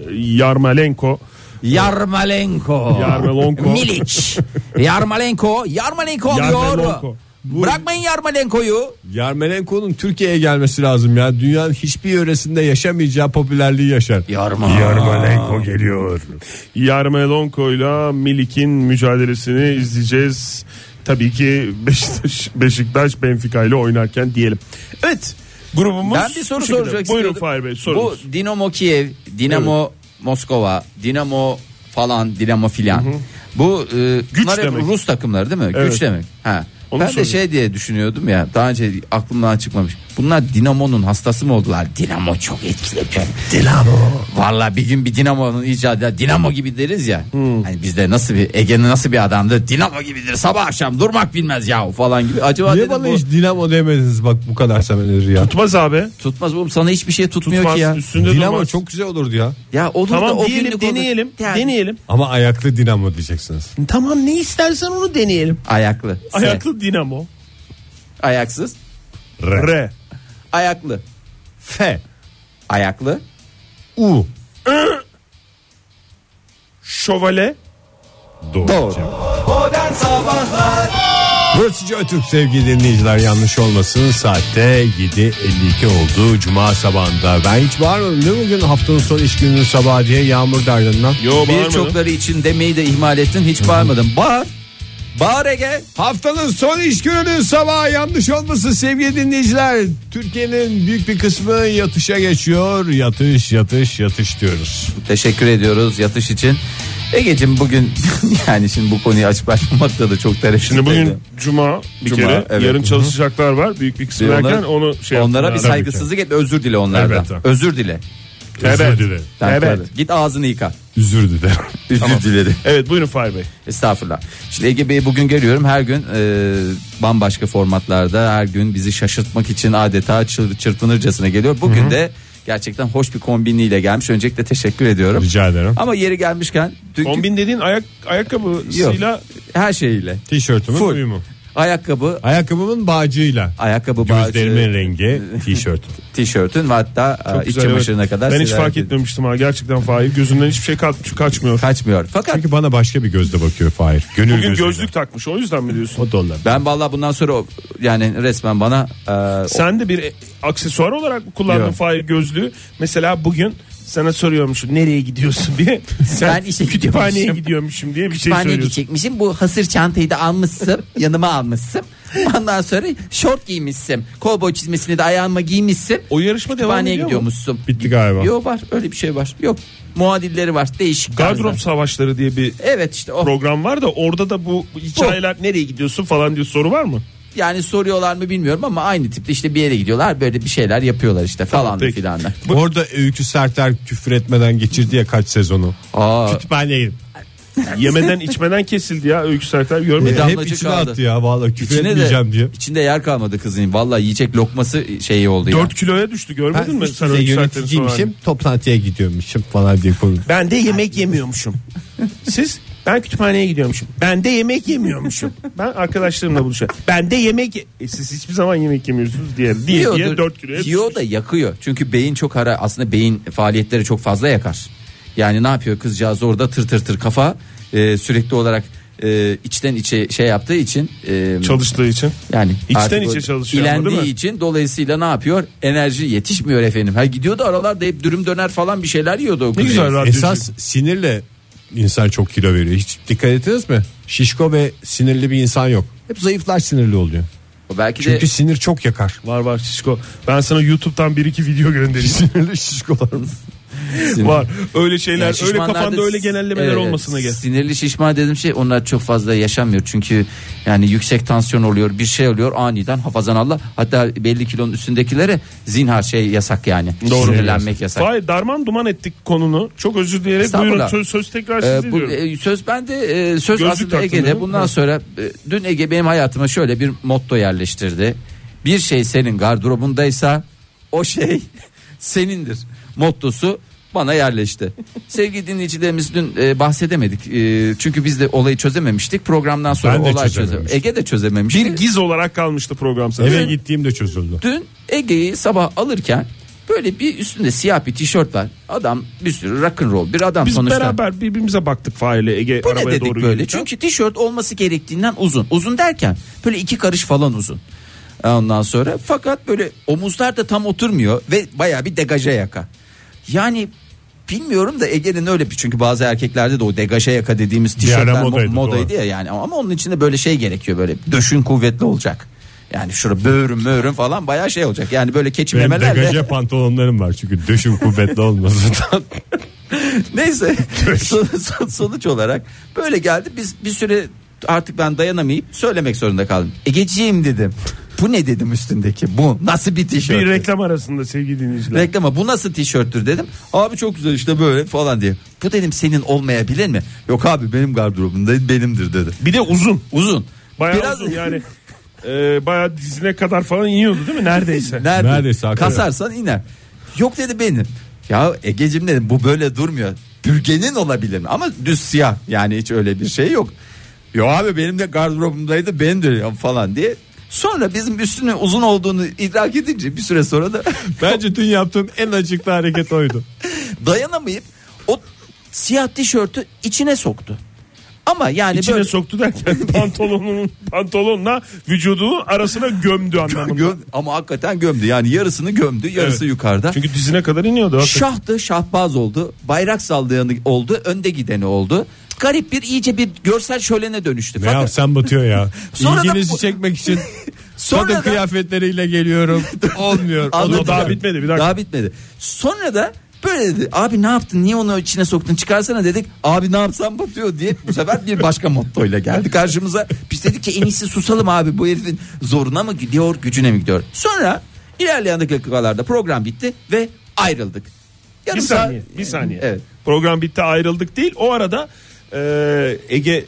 Speaker 1: e, Yarmolenko.
Speaker 3: Yarmalenko.
Speaker 1: Yarmolenko.
Speaker 3: Milic. Yarmalenko. Yarmalenko
Speaker 1: Yarmolenko.
Speaker 3: oluyor. Bırakmayın Yarmalenko'yu.
Speaker 2: Yarmelenko'nun Türkiye'ye gelmesi lazım ya. Dünyanın hiçbir yöresinde yaşamayacağı popülerliği yaşar.
Speaker 3: Yarma.
Speaker 2: Yarmolenko geliyor.
Speaker 1: Yarmolenko'yla Milik'in mücadelesini izleyeceğiz. Tabii ki Beşiktaş, Beşiktaş Benfica ile oynarken diyelim. Evet grubumuz
Speaker 3: Ben bir soru
Speaker 1: bu şekilde.
Speaker 3: soracak
Speaker 1: Buyurun
Speaker 3: istiyordum.
Speaker 1: Fahir Bey sorunuz.
Speaker 3: Bu Dinamo Kiev, Dinamo Moskova, Dinamo falan, Dinamo filan. Bu e,
Speaker 1: Güç
Speaker 3: bunlar hep
Speaker 1: demek.
Speaker 3: Rus takımları değil mi?
Speaker 1: Evet.
Speaker 3: Güç demek. Ha.
Speaker 1: Onu
Speaker 3: ben de
Speaker 1: soruyorum.
Speaker 3: şey diye düşünüyordum ya daha önce aklımdan çıkmamış. Bunlar Dinamo'nun hastası mı oldular? Dinamo çok etkili. Dinamo. Valla bir gün bir Dinamo'nun icadı Dinamo gibi deriz ya. Hani bizde nasıl bir Ege'nin nasıl bir adamdı? Dinamo gibidir sabah akşam durmak bilmez yahu falan gibi. Acaba
Speaker 2: Niye
Speaker 3: dedim
Speaker 2: bana
Speaker 3: bu-
Speaker 2: hiç Dinamo demediniz bak bu kadar senedir ya.
Speaker 1: Tutmaz abi.
Speaker 3: tutmaz oğlum sana hiçbir şey tutmuyor
Speaker 1: Tutmaz.
Speaker 3: ki ya.
Speaker 1: Üstünde
Speaker 2: Dinamo
Speaker 1: durmaz.
Speaker 2: çok güzel olurdu ya.
Speaker 3: Ya olur da
Speaker 1: Tamam
Speaker 3: o
Speaker 1: diyelim
Speaker 3: günlük
Speaker 1: deneyelim.
Speaker 3: olur. Yani
Speaker 1: Deneyelim.
Speaker 2: Ama ayaklı Dinamo diyeceksiniz.
Speaker 1: Tamam ne istersen onu deneyelim.
Speaker 3: Ayaklı. S.
Speaker 1: Ayaklı dinamo.
Speaker 3: Ayaksız.
Speaker 1: R.
Speaker 3: Ayaklı.
Speaker 2: F.
Speaker 3: Ayaklı.
Speaker 2: U.
Speaker 1: Şövale.
Speaker 2: Doğru.
Speaker 3: Doğru.
Speaker 4: Modern Sabahlar
Speaker 2: Burası Joy Türk sevgili dinleyiciler yanlış olmasın saatte 7.52 oldu Cuma sabahında. Ben hiç bağırmadım değil mi bugün haftanın son iş gününün sabahı diye yağmur dardından.
Speaker 1: Yo bağırmadım.
Speaker 3: Birçokları için demeyi de ihmal ettin. Hiç bağırmadın. Bağır. Bağır Ege.
Speaker 2: Haftanın son iş gününün sabahı yanlış olmasın sevgili dinleyiciler. Türkiye'nin büyük bir kısmı yatışa geçiyor. Yatış yatış yatış diyoruz.
Speaker 3: Teşekkür ediyoruz yatış için. Egeciğim bugün yani şimdi bu konuyu açıp açmamakta da çok tereddüt
Speaker 1: Şimdi bugün cuma bir
Speaker 3: Cuma,
Speaker 1: kere.
Speaker 3: evet.
Speaker 1: Yarın
Speaker 3: Hı hı.
Speaker 1: çalışacaklar var. Büyük bir kısmı erken onu şey
Speaker 3: onlara
Speaker 1: yaptılar.
Speaker 3: bir saygısızlık et özür dile onlardan.
Speaker 1: Elbette.
Speaker 3: Özür dile.
Speaker 1: Evet.
Speaker 5: Özür dilerim.
Speaker 3: Tabii,
Speaker 1: Evet.
Speaker 3: tabii. Git ağzını yıka.
Speaker 5: Üzür dilerim.
Speaker 3: Özür dilerim.
Speaker 1: Evet buyurun Fahir Bey.
Speaker 3: Estağfurullah. Şimdi Ege Bey'i bugün görüyorum. Her gün e, bambaşka formatlarda her gün bizi şaşırtmak için adeta çır- çırpınırcasına geliyor. Bugün de gerçekten hoş bir kombiniyle gelmiş. Öncelikle teşekkür ediyorum.
Speaker 5: Rica ederim.
Speaker 3: Ama yeri gelmişken dünkü
Speaker 1: Kombin dediğin ayak ayakkabısıyla
Speaker 3: her şeyiyle.
Speaker 5: Tişörtümün
Speaker 3: Full.
Speaker 5: uyumu.
Speaker 3: Ayakkabı,
Speaker 5: Ayakkabımın bağcığıyla.
Speaker 3: ayakkabı bağcı,
Speaker 5: Gözlerimin rengi tişört.
Speaker 3: tişörtün ve hatta e, iç
Speaker 1: Güzel, evet.
Speaker 3: çamaşırına kadar
Speaker 1: Ben hiç
Speaker 3: siler
Speaker 1: fark
Speaker 3: dedi.
Speaker 1: etmemiştim ha gerçekten Fahir. Gözünden hiçbir şey kaç- kaçmıyor.
Speaker 3: Kaçmıyor. Fakat
Speaker 5: Çünkü bana başka bir gözle bakıyor Fahir. Gönül
Speaker 1: Bugün
Speaker 5: gözüyle.
Speaker 1: gözlük takmış o yüzden mi diyorsun?
Speaker 5: O da olabilir.
Speaker 3: ben vallahi bundan sonra o- yani resmen bana e,
Speaker 1: Sen de bir e- aksesuar olarak mı kullandın
Speaker 3: Yok.
Speaker 1: Fahir gözlüğü? Mesela bugün sana soruyormuşum nereye gidiyorsun diye. Sen
Speaker 3: Ben işe
Speaker 1: kütüphaneye
Speaker 3: gidiyormuşum.
Speaker 1: gidiyormuşum diye bir şey
Speaker 3: kütüphaneye
Speaker 1: söylüyorsun.
Speaker 3: gidecekmişim. Bu hasır çantayı da almışsın. yanıma almışsın. Ondan sonra şort giymişsin. Kovboy çizmesini de ayağıma giymişsin.
Speaker 1: O yarışma devam
Speaker 3: Kütüphaneye
Speaker 1: ediyor mu?
Speaker 3: gidiyormuşsun.
Speaker 5: Bitti galiba.
Speaker 3: Yok var öyle bir şey var. Yok muadilleri var değişik.
Speaker 1: Gardrop
Speaker 3: tarzlar.
Speaker 1: savaşları diye bir
Speaker 3: Evet işte o.
Speaker 1: program var da orada da bu hikayeler nereye gidiyorsun falan diye soru var mı?
Speaker 3: Yani soruyorlar mı bilmiyorum ama aynı tipte işte bir yere gidiyorlar böyle bir şeyler yapıyorlar işte falan
Speaker 1: peki.
Speaker 3: filan.
Speaker 5: Orada Öykü Serter küfür etmeden geçirdi ya kaç sezonu.
Speaker 3: Aa.
Speaker 5: Kütüphaneye gidip.
Speaker 1: Yemeden içmeden kesildi ya Öykü Serter görmedim.
Speaker 3: Neden?
Speaker 5: Hep
Speaker 3: damlacık
Speaker 5: içine
Speaker 3: kaldı.
Speaker 5: attı ya valla küfür
Speaker 3: İçine
Speaker 5: etmeyeceğim
Speaker 3: de,
Speaker 5: diye.
Speaker 3: içinde yer kalmadı kızın. Vallahi yiyecek lokması şeyi oldu ya.
Speaker 1: 4 kiloya düştü görmedin mi sen Öykü Serter'in son halini?
Speaker 5: yöneticiymişim toplantıya gidiyormuşum falan diye konu.
Speaker 1: Ben de yemek yemiyormuşum. Siz? Ben kütüphaneye gidiyormuşum. Ben de yemek yemiyormuşum. Ben arkadaşlarımla buluşuyorum. Ben de yemek... ye- E siz hiçbir zaman yemek yemiyorsunuz diye. Diye
Speaker 3: Yiyordur.
Speaker 1: diye 4 kiloya
Speaker 3: Yiyor da yakıyor. Çünkü beyin çok hara aslında beyin faaliyetleri çok fazla yakar. Yani ne yapıyor kızcağız orada tır tır tır kafa e, sürekli olarak e, içten içe şey yaptığı için e,
Speaker 1: Çalıştığı için.
Speaker 3: yani
Speaker 1: İçten
Speaker 3: artık
Speaker 1: içe
Speaker 3: o-
Speaker 1: çalışıyor ama
Speaker 3: ilendiği
Speaker 1: değil mi?
Speaker 3: için dolayısıyla ne yapıyor? Enerji yetişmiyor efendim. Ha gidiyordu aralarda hep dürüm döner falan bir şeyler yiyordu o kız.
Speaker 1: güzel
Speaker 3: Yani.
Speaker 1: radyo.
Speaker 5: Esas sinirle insan çok kilo veriyor. Hiç dikkat ettiniz mi? Şişko ve sinirli bir insan yok. Hep zayıflar sinirli oluyor.
Speaker 3: O Belki de
Speaker 5: Çünkü sinir çok yakar.
Speaker 1: Var var şişko. Ben sana YouTube'dan bir iki video göndereyim.
Speaker 5: Sinirli şişkolar mı?
Speaker 1: var. Öyle şeyler,
Speaker 3: Yani
Speaker 1: öyle
Speaker 3: şişmanlarda
Speaker 1: kafanda öyle
Speaker 3: s-
Speaker 1: genellemeler
Speaker 3: evet,
Speaker 1: olmasına gel.
Speaker 3: Sinirli şişman dediğim şey onlar çok fazla yaşanmıyor. Çünkü yani yüksek tansiyon oluyor bir şey oluyor aniden hafazan Allah. Hatta belli kilonun üstündekilere zinhar şey yasak yani.
Speaker 1: Doğru.
Speaker 3: Sinirlenmek yasak.
Speaker 1: Hayır darman duman ettik konunu. Çok özür dileyerek buyurun
Speaker 3: Estağfurullah.
Speaker 1: söz, söz tekrar
Speaker 3: Ee,
Speaker 1: size
Speaker 3: bu,
Speaker 1: diyorum.
Speaker 3: e, söz bende e, söz
Speaker 1: Gözlük
Speaker 3: aslında
Speaker 1: taktın değil
Speaker 3: Ege'de
Speaker 1: mi?
Speaker 3: bundan
Speaker 1: Ha.
Speaker 3: sonra e, dün Ege benim hayatıma şöyle bir motto yerleştirdi. Bir şey senin gardırobundaysa o şey senindir mottosu bana yerleşti. Sevgili dinleyicilerimiz dün e, bahsedemedik. E, çünkü biz de olayı çözememiştik. Programdan sonra
Speaker 5: Ben de
Speaker 3: olay çözememiş.
Speaker 5: çözememiştim.
Speaker 3: Ege de çözememişti.
Speaker 1: bir giz olarak kalmıştı program sana.
Speaker 5: Eve gittiğimde çözüldü.
Speaker 3: Dün Ege'yi sabah alırken böyle bir üstünde siyah bir tişört var. Adam bir sürü rock'n'roll bir adam
Speaker 1: Biz
Speaker 3: sonuçta.
Speaker 1: beraber birbirimize baktık Fahir'le Ege
Speaker 3: Bu ne
Speaker 1: arabaya
Speaker 3: dedik
Speaker 1: doğru
Speaker 3: böyle?
Speaker 1: yürürken.
Speaker 3: Çünkü tişört olması gerektiğinden uzun. Uzun derken böyle iki karış falan uzun. Ondan sonra fakat böyle omuzlar da tam oturmuyor ve baya bir degaje yaka. Yani bilmiyorum da Ege'nin öyle bir çünkü bazı erkeklerde de o degaje yaka dediğimiz tişörtler
Speaker 5: ara
Speaker 3: mo- modaydı,
Speaker 5: modaydı,
Speaker 3: ya yani ama onun içinde böyle şey gerekiyor böyle döşün kuvvetli olacak. Yani şurada böğrüm böğrüm falan bayağı şey olacak. Yani böyle
Speaker 5: Benim
Speaker 3: keçimlemeler de
Speaker 5: degaje pantolonlarım var çünkü döşüm kuvvetli olmasından.
Speaker 3: Neyse son- son- sonuç olarak böyle geldi. Biz bir süre artık ben dayanamayıp söylemek zorunda kaldım. Egeciğim dedim. Bu ne dedim üstündeki? Bu nasıl bir tişört?
Speaker 1: Bir reklam arasında sevgili dinleyiciler.
Speaker 3: Reklama bu nasıl tişörttür dedim. Abi çok güzel işte böyle falan diye. Bu dedim senin olmayabilir mi? Yok abi benim gardırobumda benimdir dedi.
Speaker 1: bir de uzun.
Speaker 3: Uzun.
Speaker 1: Bayağı uzun yani. E, bayağı dizine kadar falan iniyordu değil mi? Neredeyse.
Speaker 3: Nerede?
Speaker 5: Neredeyse hakikaten.
Speaker 3: Kasarsan iner. Yok dedi benim. Ya Ege'cim dedim bu böyle durmuyor. Bürgenin olabilir mi? Ama düz siyah yani hiç öyle bir şey yok. Yo abi benim de gardırobumdaydı ben de ya falan diye. Sonra bizim üstünün uzun olduğunu idrak edince bir süre sonra da
Speaker 5: Bence dün yaptığım en acıklı hareket oydu.
Speaker 3: dayanamayıp o siyah tişörtü içine soktu. Ama yani
Speaker 1: İçine
Speaker 3: böyle
Speaker 1: soktu derken pantolonun pantolonla vücudunun arasına gömdü anlamında.
Speaker 3: Göm- ama hakikaten gömdü. Yani yarısını gömdü, yarısı
Speaker 1: Evet.
Speaker 3: yukarıda.
Speaker 1: Çünkü dizine kadar iniyordu. hakikaten.
Speaker 3: Şahtı şahbaz oldu. Bayrak sallayanı oldu. Önde gideni oldu. Garip bir iyice bir görsel şölene dönüştü.
Speaker 5: Ne
Speaker 3: Fakat
Speaker 5: yapsam batıyor ya.
Speaker 3: Sonra da
Speaker 5: İlginizi
Speaker 3: bu-
Speaker 5: çekmek için
Speaker 3: Sonra
Speaker 5: kadın
Speaker 3: da-
Speaker 5: kıyafetleriyle geliyorum. Olmuyor.
Speaker 3: Anladım.
Speaker 1: O daha bitmedi bir dakika.
Speaker 3: daha bitmedi. Sonra da böyle dedi. Abi ne yaptın? Niye onu içine soktun? Çıkarsana dedik. Abi ne yapsam batıyor diye bu sefer bir başka mottoyla geldi karşımıza. Biz dedik ki en iyisi susalım abi. Bu herifin zoruna mı gidiyor, gücüne mi gidiyor? Sonra ilerleyen dakikalarda program bitti ve ayrıldık. Yarım
Speaker 1: bir
Speaker 3: saat-
Speaker 1: saniye, bir saniye.
Speaker 3: Evet.
Speaker 1: Program bitti ayrıldık değil. O arada e, Ege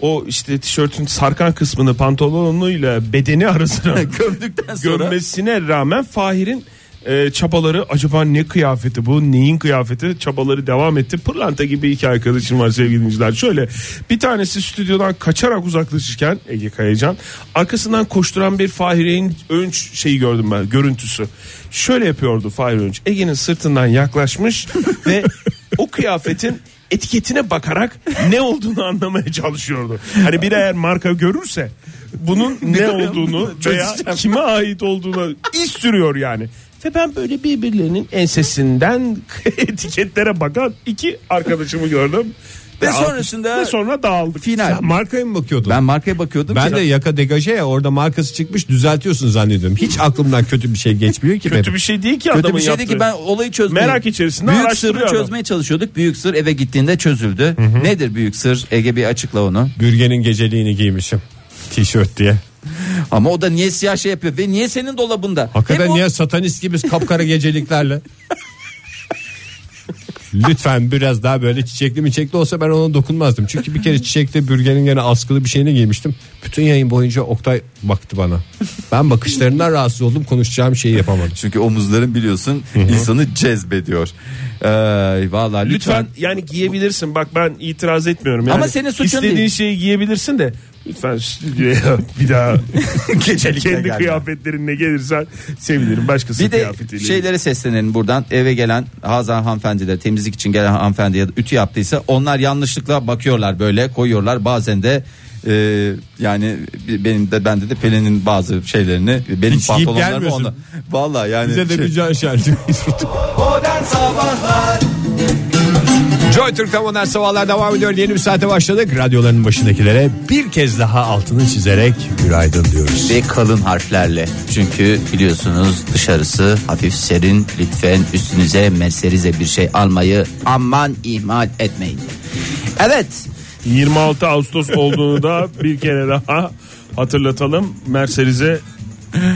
Speaker 1: o işte tişörtün sarkan kısmını pantolonuyla bedeni arasına
Speaker 3: Gömdükten sonra
Speaker 1: gömmesine rağmen Fahir'in e, çabaları acaba ne kıyafeti bu neyin kıyafeti çabaları devam etti pırlanta gibi iki arkadaşım var sevgili dinleyiciler şöyle bir tanesi stüdyodan kaçarak uzaklaşırken Ege Kayacan arkasından koşturan bir Fahir'in önç şeyi gördüm ben görüntüsü şöyle yapıyordu Fahir Önç Ege'nin sırtından yaklaşmış ve o kıyafetin etiketine bakarak ne olduğunu anlamaya çalışıyordu hani bir eğer marka görürse bunun ne olduğunu veya kime ait olduğunu iz sürüyor yani. Ve ben böyle birbirlerinin ensesinden etiketlere bakan iki arkadaşımı gördüm.
Speaker 3: Ve
Speaker 1: alkış-
Speaker 3: sonrasında-
Speaker 1: ve sonra dağıldık.
Speaker 3: final.
Speaker 2: Sen markaya mı bakıyordun?
Speaker 3: Ben markaya bakıyordum.
Speaker 2: Ben
Speaker 3: ki-
Speaker 2: de yaka degaje ya orada markası çıkmış düzeltiyorsun zannediyorum. Hiç aklımdan kötü bir şey geçmiyor ki
Speaker 1: Kötü
Speaker 2: benim.
Speaker 1: bir şey değil ki
Speaker 3: Kötü
Speaker 1: adamın
Speaker 3: bir şeydi
Speaker 1: yaptığı.
Speaker 3: ki ben olayı çözmeye
Speaker 1: Merak içerisinde
Speaker 3: Büyük
Speaker 1: araştırıyor
Speaker 3: sırrı
Speaker 1: adam.
Speaker 3: çözmeye çalışıyorduk. Büyük sır eve gittiğinde çözüldü. Nedir büyük sır? Ege bir açıkla onu.
Speaker 2: Bürgenin geceliğini giymişim. Tişört diye.
Speaker 3: Ama o da niye siyah şey yapıyor ve niye senin dolabında?
Speaker 2: Hakikaten
Speaker 3: Hem o-
Speaker 2: niye satanist gibi kapkara geceliklerle? Lütfen biraz daha böyle çiçekli mi çiçekli olsa ben ona dokunmazdım. Çünkü bir kere çiçekte bürgenin gene askılı bir şeyini giymiştim. Bütün yayın boyunca Oktay baktı bana. Ben bakışlarından rahatsız oldum konuşacağım şeyi yapamadım.
Speaker 3: Çünkü omuzların biliyorsun insanı cezbediyor. Ee, vallahi
Speaker 1: Lütfen
Speaker 3: lütfen.
Speaker 1: yani giyebilirsin bak ben itiraz etmiyorum. Yani
Speaker 3: Ama senin suçun
Speaker 1: İstediğin
Speaker 3: değil.
Speaker 1: şeyi giyebilirsin de lütfen stüdyoya bir daha
Speaker 3: Gecelikle
Speaker 1: kendi
Speaker 3: gelme.
Speaker 1: kıyafetlerinle gelirsen sevinirim. Başkasının
Speaker 3: Bir de
Speaker 1: kıyafetiyle.
Speaker 3: şeylere seslenelim buradan eve gelen Hazan hanımefendiler temizlik için gelen hanımefendi ya da ütü yaptıysa onlar yanlışlıkla bakıyorlar böyle koyuyorlar bazen de e, yani bi- benim de bende de Pelin'in bazı şeylerini benim
Speaker 2: Hiç giyip
Speaker 3: pantolonlarımı
Speaker 2: gelmiyorsun.
Speaker 3: onda. Valla yani
Speaker 2: Bize de
Speaker 3: şey-
Speaker 2: bir can şarjı.
Speaker 4: Modern Sabahlar
Speaker 2: Joy Türk'te modern sabahlar devam ediyor. Yeni bir saate başladık. Radyoların başındakilere bir kez daha altını çizerek günaydın diyoruz.
Speaker 3: ve kalın harflerle. Çünkü biliyorsunuz dışarısı hafif serin. Lütfen üstünüze merserize bir şey almayı aman ihmal etmeyin. Evet
Speaker 1: 26 Ağustos olduğunu da bir kere daha hatırlatalım. Mercedes'e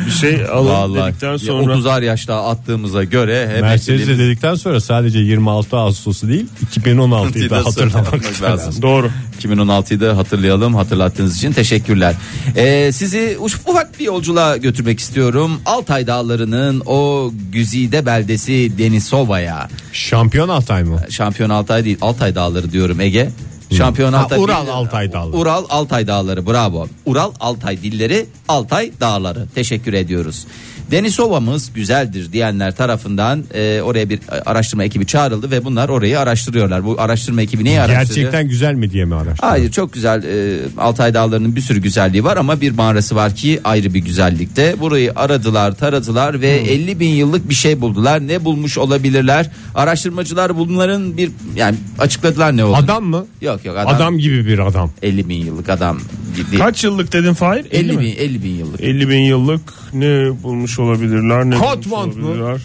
Speaker 1: bir şey alın dedikten sonra
Speaker 3: 30'ar yaşta attığımıza göre hep
Speaker 2: Mercedes'e
Speaker 3: istediğimiz-
Speaker 2: dedikten sonra sadece 26 Ağustos'u değil 2016'yı da hatırlamak lazım.
Speaker 1: doğru.
Speaker 3: 2016'yı da hatırlayalım. Hatırlattığınız için teşekkürler. Ee, sizi uç- ufak bir yolculuğa götürmek istiyorum. Altay Dağları'nın o güzide beldesi Denisova'ya.
Speaker 2: Şampiyon Altay mı?
Speaker 3: Şampiyon Altay değil Altay Dağları diyorum Ege. Şampiyon
Speaker 2: Ha,
Speaker 3: Altay
Speaker 2: Ural
Speaker 3: değil-
Speaker 2: Altay Dağları.
Speaker 3: Ural Altay Dağları bravo. Ural Altay dilleri Altay Dağları. Teşekkür ediyoruz. Denisova'mız güzeldir diyenler tarafından e, oraya bir araştırma ekibi çağrıldı ve bunlar orayı araştırıyorlar. Bu araştırma ekibi neyi araştırıyor?
Speaker 2: Gerçekten güzel mi diye mi araştırdın?
Speaker 3: Hayır çok güzel e, Altay Dağları'nın bir sürü güzelliği var ama bir mağarası var ki ayrı bir güzellikte. Burayı aradılar taradılar ve 50 bin yıllık bir şey buldular. Ne bulmuş olabilirler? Araştırmacılar bunların bir yani açıkladılar ne olduğunu.
Speaker 2: Adam mı?
Speaker 3: Yok yok adam,
Speaker 2: Adam, gibi bir adam.
Speaker 3: 50 bin yıllık adam gibi.
Speaker 1: Kaç yıllık dedin Fahir? 50,
Speaker 3: 50
Speaker 1: mi?
Speaker 3: bin, 50 bin yıllık.
Speaker 1: 50 bin yıllık ne bulmuş olabilirler? Ne
Speaker 2: Hot
Speaker 1: bulmuş
Speaker 2: want mu?
Speaker 1: olabilirler?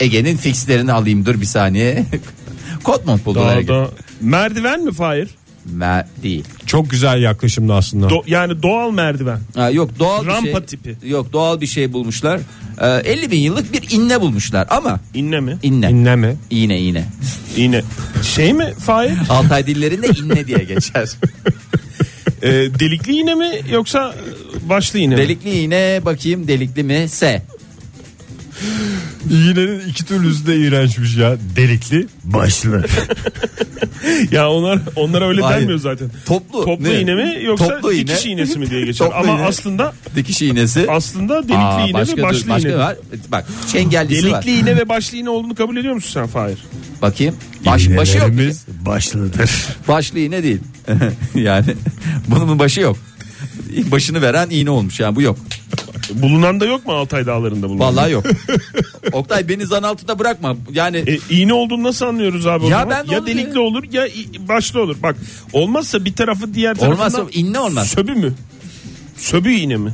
Speaker 1: Ee,
Speaker 3: Ege'nin fixlerini alayım dur bir saniye. Kotmont buldular. Ege.
Speaker 1: dağda merdiven mi Fahir?
Speaker 3: Mer- değil.
Speaker 2: Çok güzel yaklaşımdı aslında.
Speaker 1: Do- yani doğal merdiven.
Speaker 3: Ha, yok doğal bir
Speaker 1: Rampa
Speaker 3: şey.
Speaker 1: tipi.
Speaker 3: Yok doğal bir şey bulmuşlar. Ee, 50 bin yıllık bir inne bulmuşlar ama
Speaker 1: İnne mi?
Speaker 3: inne.
Speaker 2: İnne mi?
Speaker 3: İğne iğne.
Speaker 1: İğne. Şey mi Fahir?
Speaker 3: Altay dillerinde inne diye geçer.
Speaker 1: Ee, delikli iğne mi yoksa başlı iğne mi?
Speaker 3: delikli iğne bakayım delikli mi? S.
Speaker 2: İğnenin iki türlüsü de iğrençmiş ya. Delikli, başlı.
Speaker 1: Ya onlar onlara öyle
Speaker 3: Hayır.
Speaker 1: denmiyor zaten.
Speaker 3: Toplu.
Speaker 1: Toplu
Speaker 3: Ne?
Speaker 1: iğne mi yoksa
Speaker 3: Toplu iğne.
Speaker 1: dikiş iğnesi mi diye geçer.
Speaker 3: Toplu
Speaker 1: Ama
Speaker 3: iğne.
Speaker 1: aslında
Speaker 3: Dikiş iğnesi.
Speaker 1: aslında delikli
Speaker 3: Aa,
Speaker 1: iğne
Speaker 3: başka
Speaker 1: ve
Speaker 3: dur-
Speaker 1: başlı
Speaker 3: başka
Speaker 1: iğne. mi?
Speaker 3: var. Bak çengellisi var.
Speaker 1: Delikli iğne ve başlı iğne olduğunu kabul ediyor musun sen Fahir?
Speaker 3: Bakayım. Baş, başı yok.
Speaker 2: başlıdır.
Speaker 3: Başlı iğne değil. yani bunun başı yok. Başını veren iğne olmuş yani bu yok.
Speaker 1: Bulunan da yok mu Altay Dağları'nda bulunan?
Speaker 3: Vallahi yok. Oktay beni zan altında bırakma. Yani
Speaker 1: E, iğne olduğunu nasıl anlıyoruz abi? o
Speaker 3: Ya
Speaker 1: zaman?
Speaker 3: ben de
Speaker 1: ya
Speaker 3: onu
Speaker 1: delikli
Speaker 3: diyorum.
Speaker 1: olur ya i- başlı olur. Bak olmazsa bir tarafı diğer tarafından...
Speaker 3: olmazsa inne olmaz.
Speaker 1: Söbü mü? Söbü iğne mi?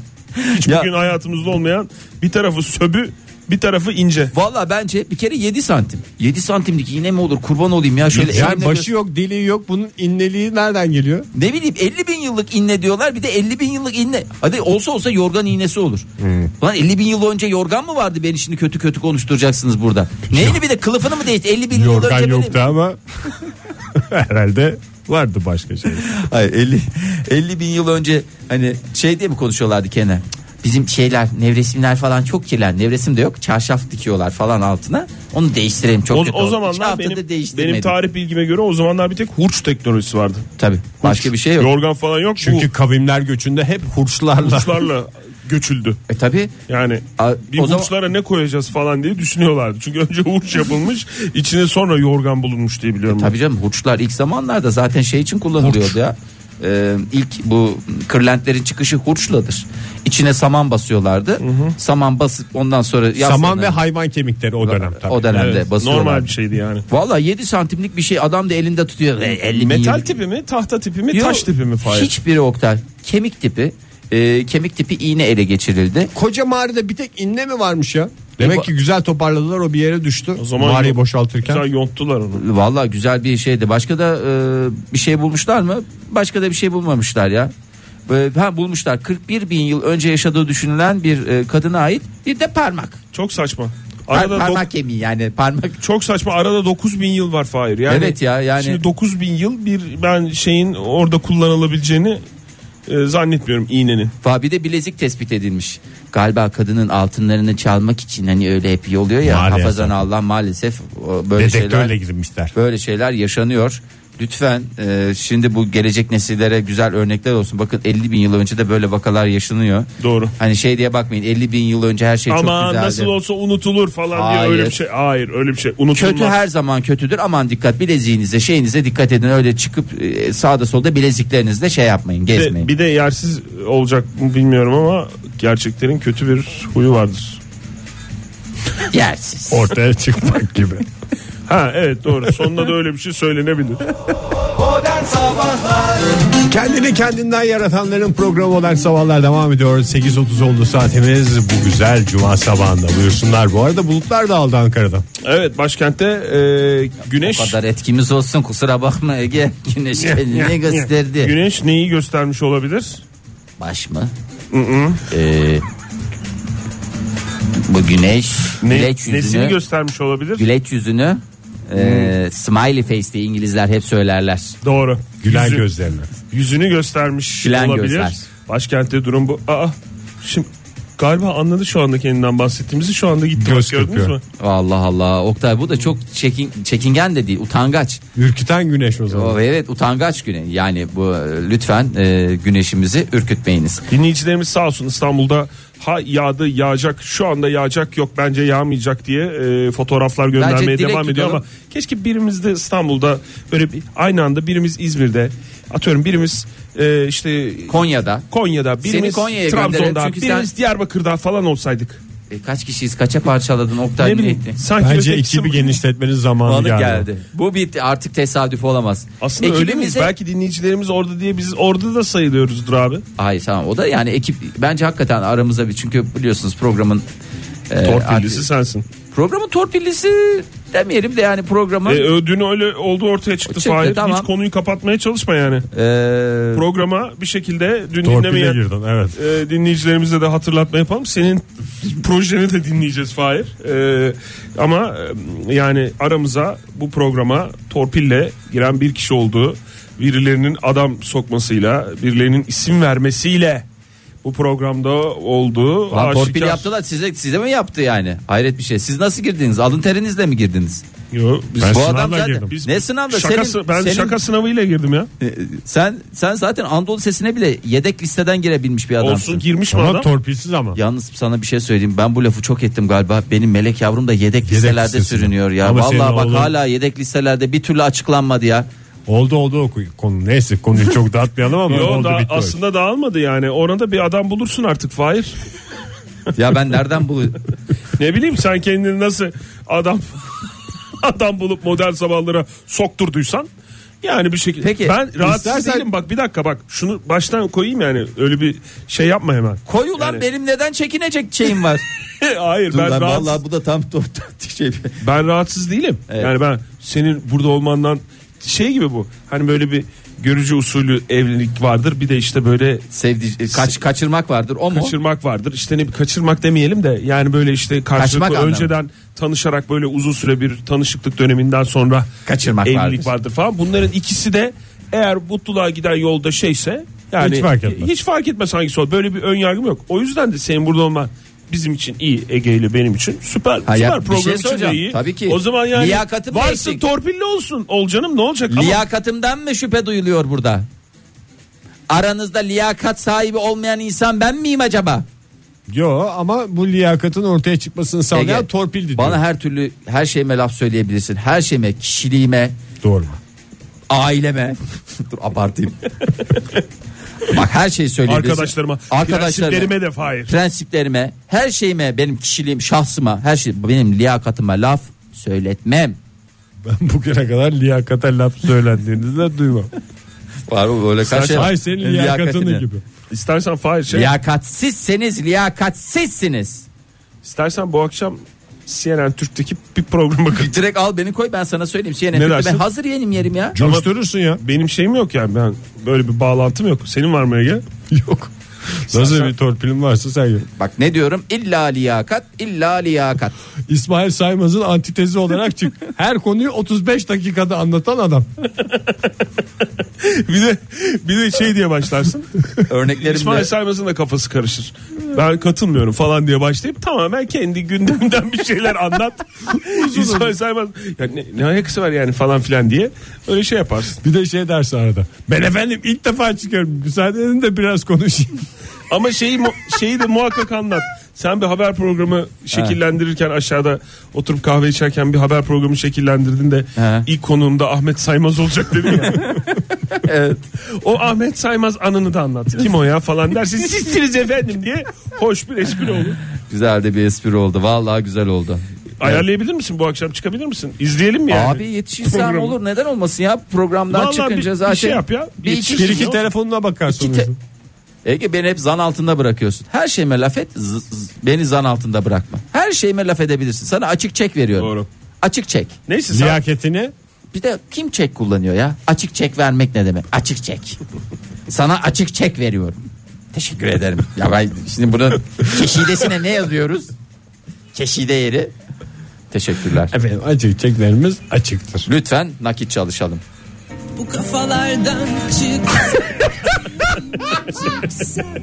Speaker 1: Hiç
Speaker 3: Ya-
Speaker 1: bugün hayatımızda olmayan bir tarafı söbü bir tarafı ince.
Speaker 3: Valla bence bir kere 7 santim. 7 santimlik iğne mi olur kurban olayım ya şöyle.
Speaker 5: Yani
Speaker 3: elimle
Speaker 5: başı yok deliği yok bunun inneliği nereden geliyor?
Speaker 3: Ne bileyim 50 bin yıllık inne diyorlar bir de 50 bin yıllık inne. Hadi olsa olsa yorgan iğnesi olur. Lan 50 bin yıl önce yorgan mı vardı beni şimdi kötü kötü konuşturacaksınız burada. Neyini bir de kılıfını mı değişti 50 bin yıl
Speaker 5: Yorgan
Speaker 3: önce
Speaker 5: yoktu
Speaker 3: benim.
Speaker 5: ama herhalde vardı başka şey.
Speaker 3: Hayır 50, 50 bin yıl önce hani şey diye mi konuşuyorlardı Kenan? Cık, Bizim şeyler nevresimler falan çok kirlen. Nevresim de yok. Çarşaf dikiyorlar falan altına. Onu değiştirelim çok
Speaker 1: O,
Speaker 3: kötü.
Speaker 1: o
Speaker 3: oldu. Hiç
Speaker 1: zamanlar
Speaker 3: haftada
Speaker 1: benim,
Speaker 3: değiştirmedim.
Speaker 1: benim tarih bilgime göre o zamanlar bir tek hurç teknolojisi vardı.
Speaker 3: Tabii. Başka bir şey yok.
Speaker 1: Yorgan falan yok.
Speaker 5: Çünkü kavimler göçünde hep
Speaker 1: bu
Speaker 5: hurçlarla.
Speaker 1: hurçlarla göçüldü.
Speaker 3: E tabii.
Speaker 1: Yani
Speaker 3: A-
Speaker 1: bir
Speaker 3: o zaman-
Speaker 1: hurçlara ne koyacağız falan diye düşünüyorlardı. Çünkü önce hurç yapılmış, içine sonra yorgan bulunmuş diye biliyorum.
Speaker 3: E, Tabii canım hurçlar ilk zamanlarda zaten şey için kullanılıyordu ya. Ee, ilk bu kırlentlerin çıkışı hurçladır. İçine saman basıyorlardı. Saman basıp ondan sonra
Speaker 5: Saman
Speaker 3: yastığını-
Speaker 5: ve hayvan kemikleri o dönem tabii.
Speaker 3: o dönemde
Speaker 1: Evet,
Speaker 3: basıyorlardı.
Speaker 1: normal bir şeydi yani.
Speaker 3: Valla 7 santimlik bir şey adam da elinde tutuyor. E, 50 bin
Speaker 1: Metal
Speaker 3: yıl-
Speaker 1: tipi mi, tahta tipi mi,
Speaker 3: Yok,
Speaker 1: taş tipi mi Fahir?
Speaker 3: Hiçbiri Oktay. Kemik tipi. e, kemik tipi iğne ele geçirildi.
Speaker 5: Koca mağarada bir tek inne mi varmış ya? Demek ki güzel toparladılar o bir yere düştü.
Speaker 1: O zaman
Speaker 5: Mağarayı
Speaker 1: yok.
Speaker 5: boşaltırken.
Speaker 1: Güzel yonttular onu.
Speaker 3: Valla güzel bir şeydi. Başka da e, bir şey bulmuşlar mı? Başka da bir şey bulmamışlar ya. E, Ha bulmuşlar. 41 bin yıl önce yaşadığı düşünülen bir e, kadına ait bir de parmak.
Speaker 1: Çok saçma.
Speaker 3: Par-
Speaker 1: Arada dok-
Speaker 3: parmak kemiği yani parmak.
Speaker 1: çok saçma arada 9000 yıl var Fahir. Yani
Speaker 3: Evet ya, yani-
Speaker 1: Şimdi 9000 yıl bir ben şeyin orada kullanılabileceğini e, zannetmiyorum iğnenin.
Speaker 3: Fa- Bir de bilezik tespit edilmiş. Galiba kadının altınlarını çalmak için hani öyle hep iyi oluyor ya.
Speaker 5: Maalesef.
Speaker 3: Hafazan Allah maalesef e, böyle
Speaker 5: Detektörle
Speaker 3: şeyler.
Speaker 5: girmişler.
Speaker 3: Böyle şeyler yaşanıyor. Lütfen e, şimdi bu gelecek nesillere güzel örnekler olsun. Bakın 50 bin yıl önce de böyle vakalar yaşanıyor.
Speaker 1: Doğru.
Speaker 3: Hani şey diye bakmayın 50 bin yıl önce her şey çok
Speaker 1: Ama
Speaker 3: güzeldi.
Speaker 1: nasıl olsa unutulur falan diye öyle
Speaker 3: Hayır.
Speaker 1: bir şey. Hayır öyle bir şey unutulmaz.
Speaker 3: Kötü her zaman kötüdür aman dikkat bileziğinize şeyinize dikkat edin öyle çıkıp e, sağda solda bileziklerinizle şey yapmayın
Speaker 1: Bir de-
Speaker 3: gezmeyin.
Speaker 1: bir de yersiz olacak mı bilmiyorum ama gerçeklerin kötü bir huyu vardır.
Speaker 3: Yersiz.
Speaker 5: Ortaya çıkmak gibi.
Speaker 1: Ha evet doğru. Sonunda da öyle bir şey söylenebilir.
Speaker 4: Modern Sabahlar
Speaker 5: Kendini kendinden yaratanların programı olan sabahlar devam ediyor. 8.30 oldu saatimiz bu güzel cuma sabahında. Buyursunlar. Bu arada bulutlar da aldı Ankara'da.
Speaker 1: Evet başkentte e,
Speaker 3: O
Speaker 1: güneş
Speaker 3: kadar etkimiz olsun kusura bakma Ege güneş kendini gösterdi.
Speaker 1: güneş neyi göstermiş olabilir?
Speaker 3: Baş mı? Ee, bu güneş
Speaker 1: Ne,
Speaker 3: güleç
Speaker 1: nesini
Speaker 3: yüzünü
Speaker 1: göstermiş olabilir?
Speaker 3: güleç yüzünü e,
Speaker 1: Hmm.
Speaker 3: smiley face diye İngilizler hep söylerler.
Speaker 1: doğru.
Speaker 5: Gülen
Speaker 1: Yüzü-
Speaker 5: gözlerine.
Speaker 1: Yüzünü göstermiş
Speaker 3: Gülen
Speaker 1: olabilir.
Speaker 3: gözler.
Speaker 1: Başkentte durum bu. Aa şimdi galiba anladı şu anda kendinden bahsettiğimizi. Şu anda gitti.
Speaker 5: Göz
Speaker 1: Bak, gördünüz
Speaker 5: kırpıyor.
Speaker 1: mü?
Speaker 3: Allah Allah Oktay bu da çok çekin, çekingen de değil utangaç.
Speaker 5: Ürküten güneş o zaman.
Speaker 3: O, evet utangaç güne yani bu e, lütfen e, güneşimizi ürkütmeyiniz.
Speaker 1: Dinleyicilerimiz sağ olsun İstanbul'da ha yağdı yağacak şu anda yağacak yok bence yağmayacak diye e, fotoğraflar göndermeye
Speaker 3: direkt
Speaker 1: devam ediyor
Speaker 3: tutalım.
Speaker 1: ama keşke birimiz de İstanbul'da böyle bir, aynı anda birimiz İzmir'de atıyorum birimiz e, işte
Speaker 3: Konya'da
Speaker 1: Konya'da birimiz
Speaker 3: Konya'ya gönderelim
Speaker 1: Trabzon'da
Speaker 3: çünkü
Speaker 1: birimiz
Speaker 3: sen-
Speaker 1: Diyarbakır'da falan olsaydık.
Speaker 3: e, kaç kişiyiz kaça parçaladın Oktay
Speaker 1: Ne
Speaker 3: ne
Speaker 1: bileyim
Speaker 3: ettin?
Speaker 1: sanki
Speaker 5: Bence
Speaker 1: öteki
Speaker 5: ekibi
Speaker 1: sınıf-
Speaker 5: genişletmenin zamanı
Speaker 3: Bana
Speaker 5: geldi.
Speaker 3: geldi. Bu bitti artık tesadüf olamaz.
Speaker 1: Aslında öyle miyiz?
Speaker 3: Ekibimize-
Speaker 1: Belki dinleyicilerimiz orada diye biz orada da sayılıyoruzdur abi.
Speaker 3: Hayır tamam o da yani ekip bence hakikaten aramıza bir çünkü biliyorsunuz programın e,
Speaker 1: Torpillisi
Speaker 3: artık-
Speaker 1: sensin.
Speaker 3: Programın torpillisi demeyelim de yani programın
Speaker 1: E, ö, dün öyle oldu ortaya çıktı,
Speaker 3: Çıktı,
Speaker 1: Fahir.
Speaker 3: tamam.
Speaker 1: Hiç konuyu kapatmaya çalışma yani.
Speaker 3: e,
Speaker 1: Programa bir şekilde dün
Speaker 5: Torpille
Speaker 1: dinlemeyen
Speaker 5: girdin evet.
Speaker 1: e, dinleyicilerimize de hatırlatma yapalım. Senin projeni de dinleyeceğiz Fahir. E, ama e, yani aramıza bu programa torpille giren bir kişi olduğu birilerinin adam sokmasıyla birilerinin isim vermesiyle bu programda olduğu
Speaker 3: Lan
Speaker 1: aşikar.
Speaker 3: torpil yaptılar size size mi yaptı yani? Hayret bir şey. Siz nasıl girdiniz? Alın terinizle mi girdiniz?
Speaker 1: Yo, biz
Speaker 5: Ben
Speaker 3: Bu
Speaker 5: sınavla
Speaker 3: adam zaten
Speaker 5: girdim.
Speaker 1: Biz-
Speaker 3: ne sınavda
Speaker 1: şaka,
Speaker 3: senin,
Speaker 1: ben
Speaker 3: senin-
Speaker 1: şaka sınavıyla girdim ya.
Speaker 3: e, sen sen zaten Anadolu Sesi'ne bile yedek listeden girebilmiş bir adamsın.
Speaker 1: Olsun girmiş mi
Speaker 5: Ama
Speaker 1: adam?
Speaker 5: torpilsiz ama.
Speaker 3: Yalnız sana bir şey söyleyeyim. Ben bu lafı çok ettim galiba. Benim melek yavrum da yedek, listelerde
Speaker 5: listesinde.
Speaker 3: sürünüyor ya.
Speaker 5: Ama senin
Speaker 3: Vallahi bak
Speaker 5: oğlun-
Speaker 3: hala yedek listelerde bir türlü açıklanmadı ya.
Speaker 5: Oldu oldu o konu. Neyse konuyu çok dağıtmayalım ama
Speaker 1: Yo,
Speaker 5: oldu
Speaker 1: da,
Speaker 5: bitti. o iş.
Speaker 1: aslında dağılmadı yani. Orada bir adam bulursun artık Fahir.
Speaker 3: Ya ben nereden bulu
Speaker 1: Ne bileyim sen kendini nasıl adam adam bulup modern sabahlara sokturduysan yani bir şekilde.
Speaker 3: Peki,
Speaker 1: ben rahatsız
Speaker 3: istersen-
Speaker 1: değilim bak bir dakika bak şunu baştan koyayım yani öyle bir şey yapma hemen.
Speaker 3: Koy ulan
Speaker 1: Yani-
Speaker 3: benim neden çekinecek şeyim var.
Speaker 1: Hayır
Speaker 3: Dur
Speaker 1: ben,
Speaker 3: lan,
Speaker 1: rahatsız,
Speaker 3: vallahi bu da tam top şey.
Speaker 1: ben rahatsız değilim.
Speaker 3: Evet.
Speaker 1: Yani ben senin burada olmandan şey gibi bu. Hani böyle bir görücü usulü evlilik vardır. Bir de işte böyle
Speaker 3: Sevdi kaç kaçırmak vardır o mu?
Speaker 1: kaçırmak vardır. İşte ne bir kaçırmak demeyelim de yani böyle işte karşılıklı
Speaker 3: Kaçmak anlamı.
Speaker 1: önceden tanışarak böyle uzun süre bir tanışıklık döneminden sonra
Speaker 3: Kaçırmak
Speaker 1: evlilik vardır.
Speaker 3: vardır.
Speaker 1: falan. Bunların ikisi de eğer mutluluğa giden yolda şeyse yani
Speaker 5: Hiç fark etmez.
Speaker 1: hiç fark etmez hangisi ol. Böyle bir ön yargım yok. O yüzden de senin burada olman bizim için iyi Ege ile benim için süper
Speaker 3: Ha, ya,
Speaker 1: süper
Speaker 3: bir
Speaker 1: program
Speaker 3: şey
Speaker 1: için de
Speaker 3: soracağım.
Speaker 1: iyi.
Speaker 3: Tabii ki.
Speaker 1: O zaman yani
Speaker 3: Liyakatı mı
Speaker 1: varsın
Speaker 3: eksik?
Speaker 1: torpilli olsun. Ol canım ne olacak? Ama
Speaker 3: Liyakatımdan mı şüphe duyuluyor burada? Aranızda liyakat sahibi olmayan insan ben miyim acaba?
Speaker 5: Yo ama bu liyakatın ortaya çıkmasını sağlayan
Speaker 3: Ege,
Speaker 5: torpildi
Speaker 3: Bana
Speaker 5: diyor.
Speaker 3: her türlü her şeyime laf söyleyebilirsin. Her şeyime, kişiliğime,
Speaker 5: Doğru mu?
Speaker 3: aileme. Dur abartayım. Bak her şeyi söyleyebilirsin.
Speaker 1: arkadaşlarıma, prensiplerime
Speaker 3: Arkadaşlarıma,
Speaker 1: de hayır.
Speaker 3: prensiplerime, her şeyime, benim kişiliğim, şahsıma, her şey benim liyakatıma laf söyletmem.
Speaker 5: Ben bugüne kadar liyakata laf söylendiğini de duymam.
Speaker 3: Var mı böyle
Speaker 1: Sen-
Speaker 5: Ay senin liyakatını gibi.
Speaker 1: İstersen Fahir şey
Speaker 3: Liyakatsizseniz liyakatsizsiniz.
Speaker 1: İstersen bu akşam CNN Türk'teki bir programa katıl.
Speaker 3: Direkt al beni koy ben sana söyleyeyim. CNN Türk'te
Speaker 1: dersin?
Speaker 3: ben hazır yenim yerim ya.
Speaker 5: Coşturursun ya.
Speaker 1: Benim şeyim yok yani ben böyle bir bağlantım yok. Senin var mı Ege?
Speaker 5: Yok. Nasıl bir torpilin varsa sen gel.
Speaker 3: Bak ne diyorum illa liyakat illa liyakat.
Speaker 5: İsmail Saymaz'ın antitezi olarak çık. Her konuyu 35 dakikada anlatan adam.
Speaker 1: bir de bir de şey diye başlarsın. İsmail
Speaker 3: Örneklerimle
Speaker 1: Saymaz'ın da kafası karışır. Ben katılmıyorum falan diye başlayıp tamamen kendi gündeminden bir şeyler anlat. İsmail Saymaz ya ne, ne alakası var yani falan filan diye öyle şey yaparsın.
Speaker 5: Bir de şey dersi arada. Ben efendim ilk defa çıkıyorum. Müsaade edin de biraz konuşayım.
Speaker 1: Ama şeyi mu- şeyi de muhakkak anlat. Sen bir haber programı şekillendirirken aşağıda oturup kahve içerken bir haber programı şekillendirdin de
Speaker 3: He.
Speaker 1: ilk konuğumda Ahmet Saymaz olacak dedin ya.
Speaker 3: evet.
Speaker 1: O Ahmet Saymaz anını da anlat. Kim o ya falan dersin. Sizsiniz efendim diye hoş bir espri olur.
Speaker 3: güzel de bir espri oldu. Vallahi güzel oldu.
Speaker 1: Ayarlayabilir misin bu akşam çıkabilir misin? İzleyelim mi yani?
Speaker 3: Abi yetişirsen
Speaker 1: Programı.
Speaker 3: olur neden olmasın ya programdan
Speaker 1: Vallahi
Speaker 3: çıkınca
Speaker 1: bir- bir
Speaker 3: zaten.
Speaker 1: şey yap ya.
Speaker 3: Bir
Speaker 1: Yetişir.
Speaker 5: Bir
Speaker 3: iki-
Speaker 5: iki telefonuna bakar
Speaker 3: iki
Speaker 5: sonra.
Speaker 3: te- Ege beni hep zan altında bırakıyorsun. Her şeyime laf et z- z- beni zan altında bırakma. Her şeyime laf edebilirsin. Sana açık çek veriyorum.
Speaker 1: Doğru.
Speaker 3: Açık çek.
Speaker 1: Neyse sen
Speaker 5: Liyaketini
Speaker 3: Bir de kim çek kullanıyor ya? Açık çek vermek ne demek? Açık çek. Sana açık çek veriyorum. Teşekkür ederim. Ya ben şimdi bunu keşidesine ne yazıyoruz? Keşide yeri. Teşekkürler.
Speaker 5: efendim açık çeklerimiz açıktır.
Speaker 3: Lütfen nakit çalışalım.
Speaker 6: Bu kafalardan çık.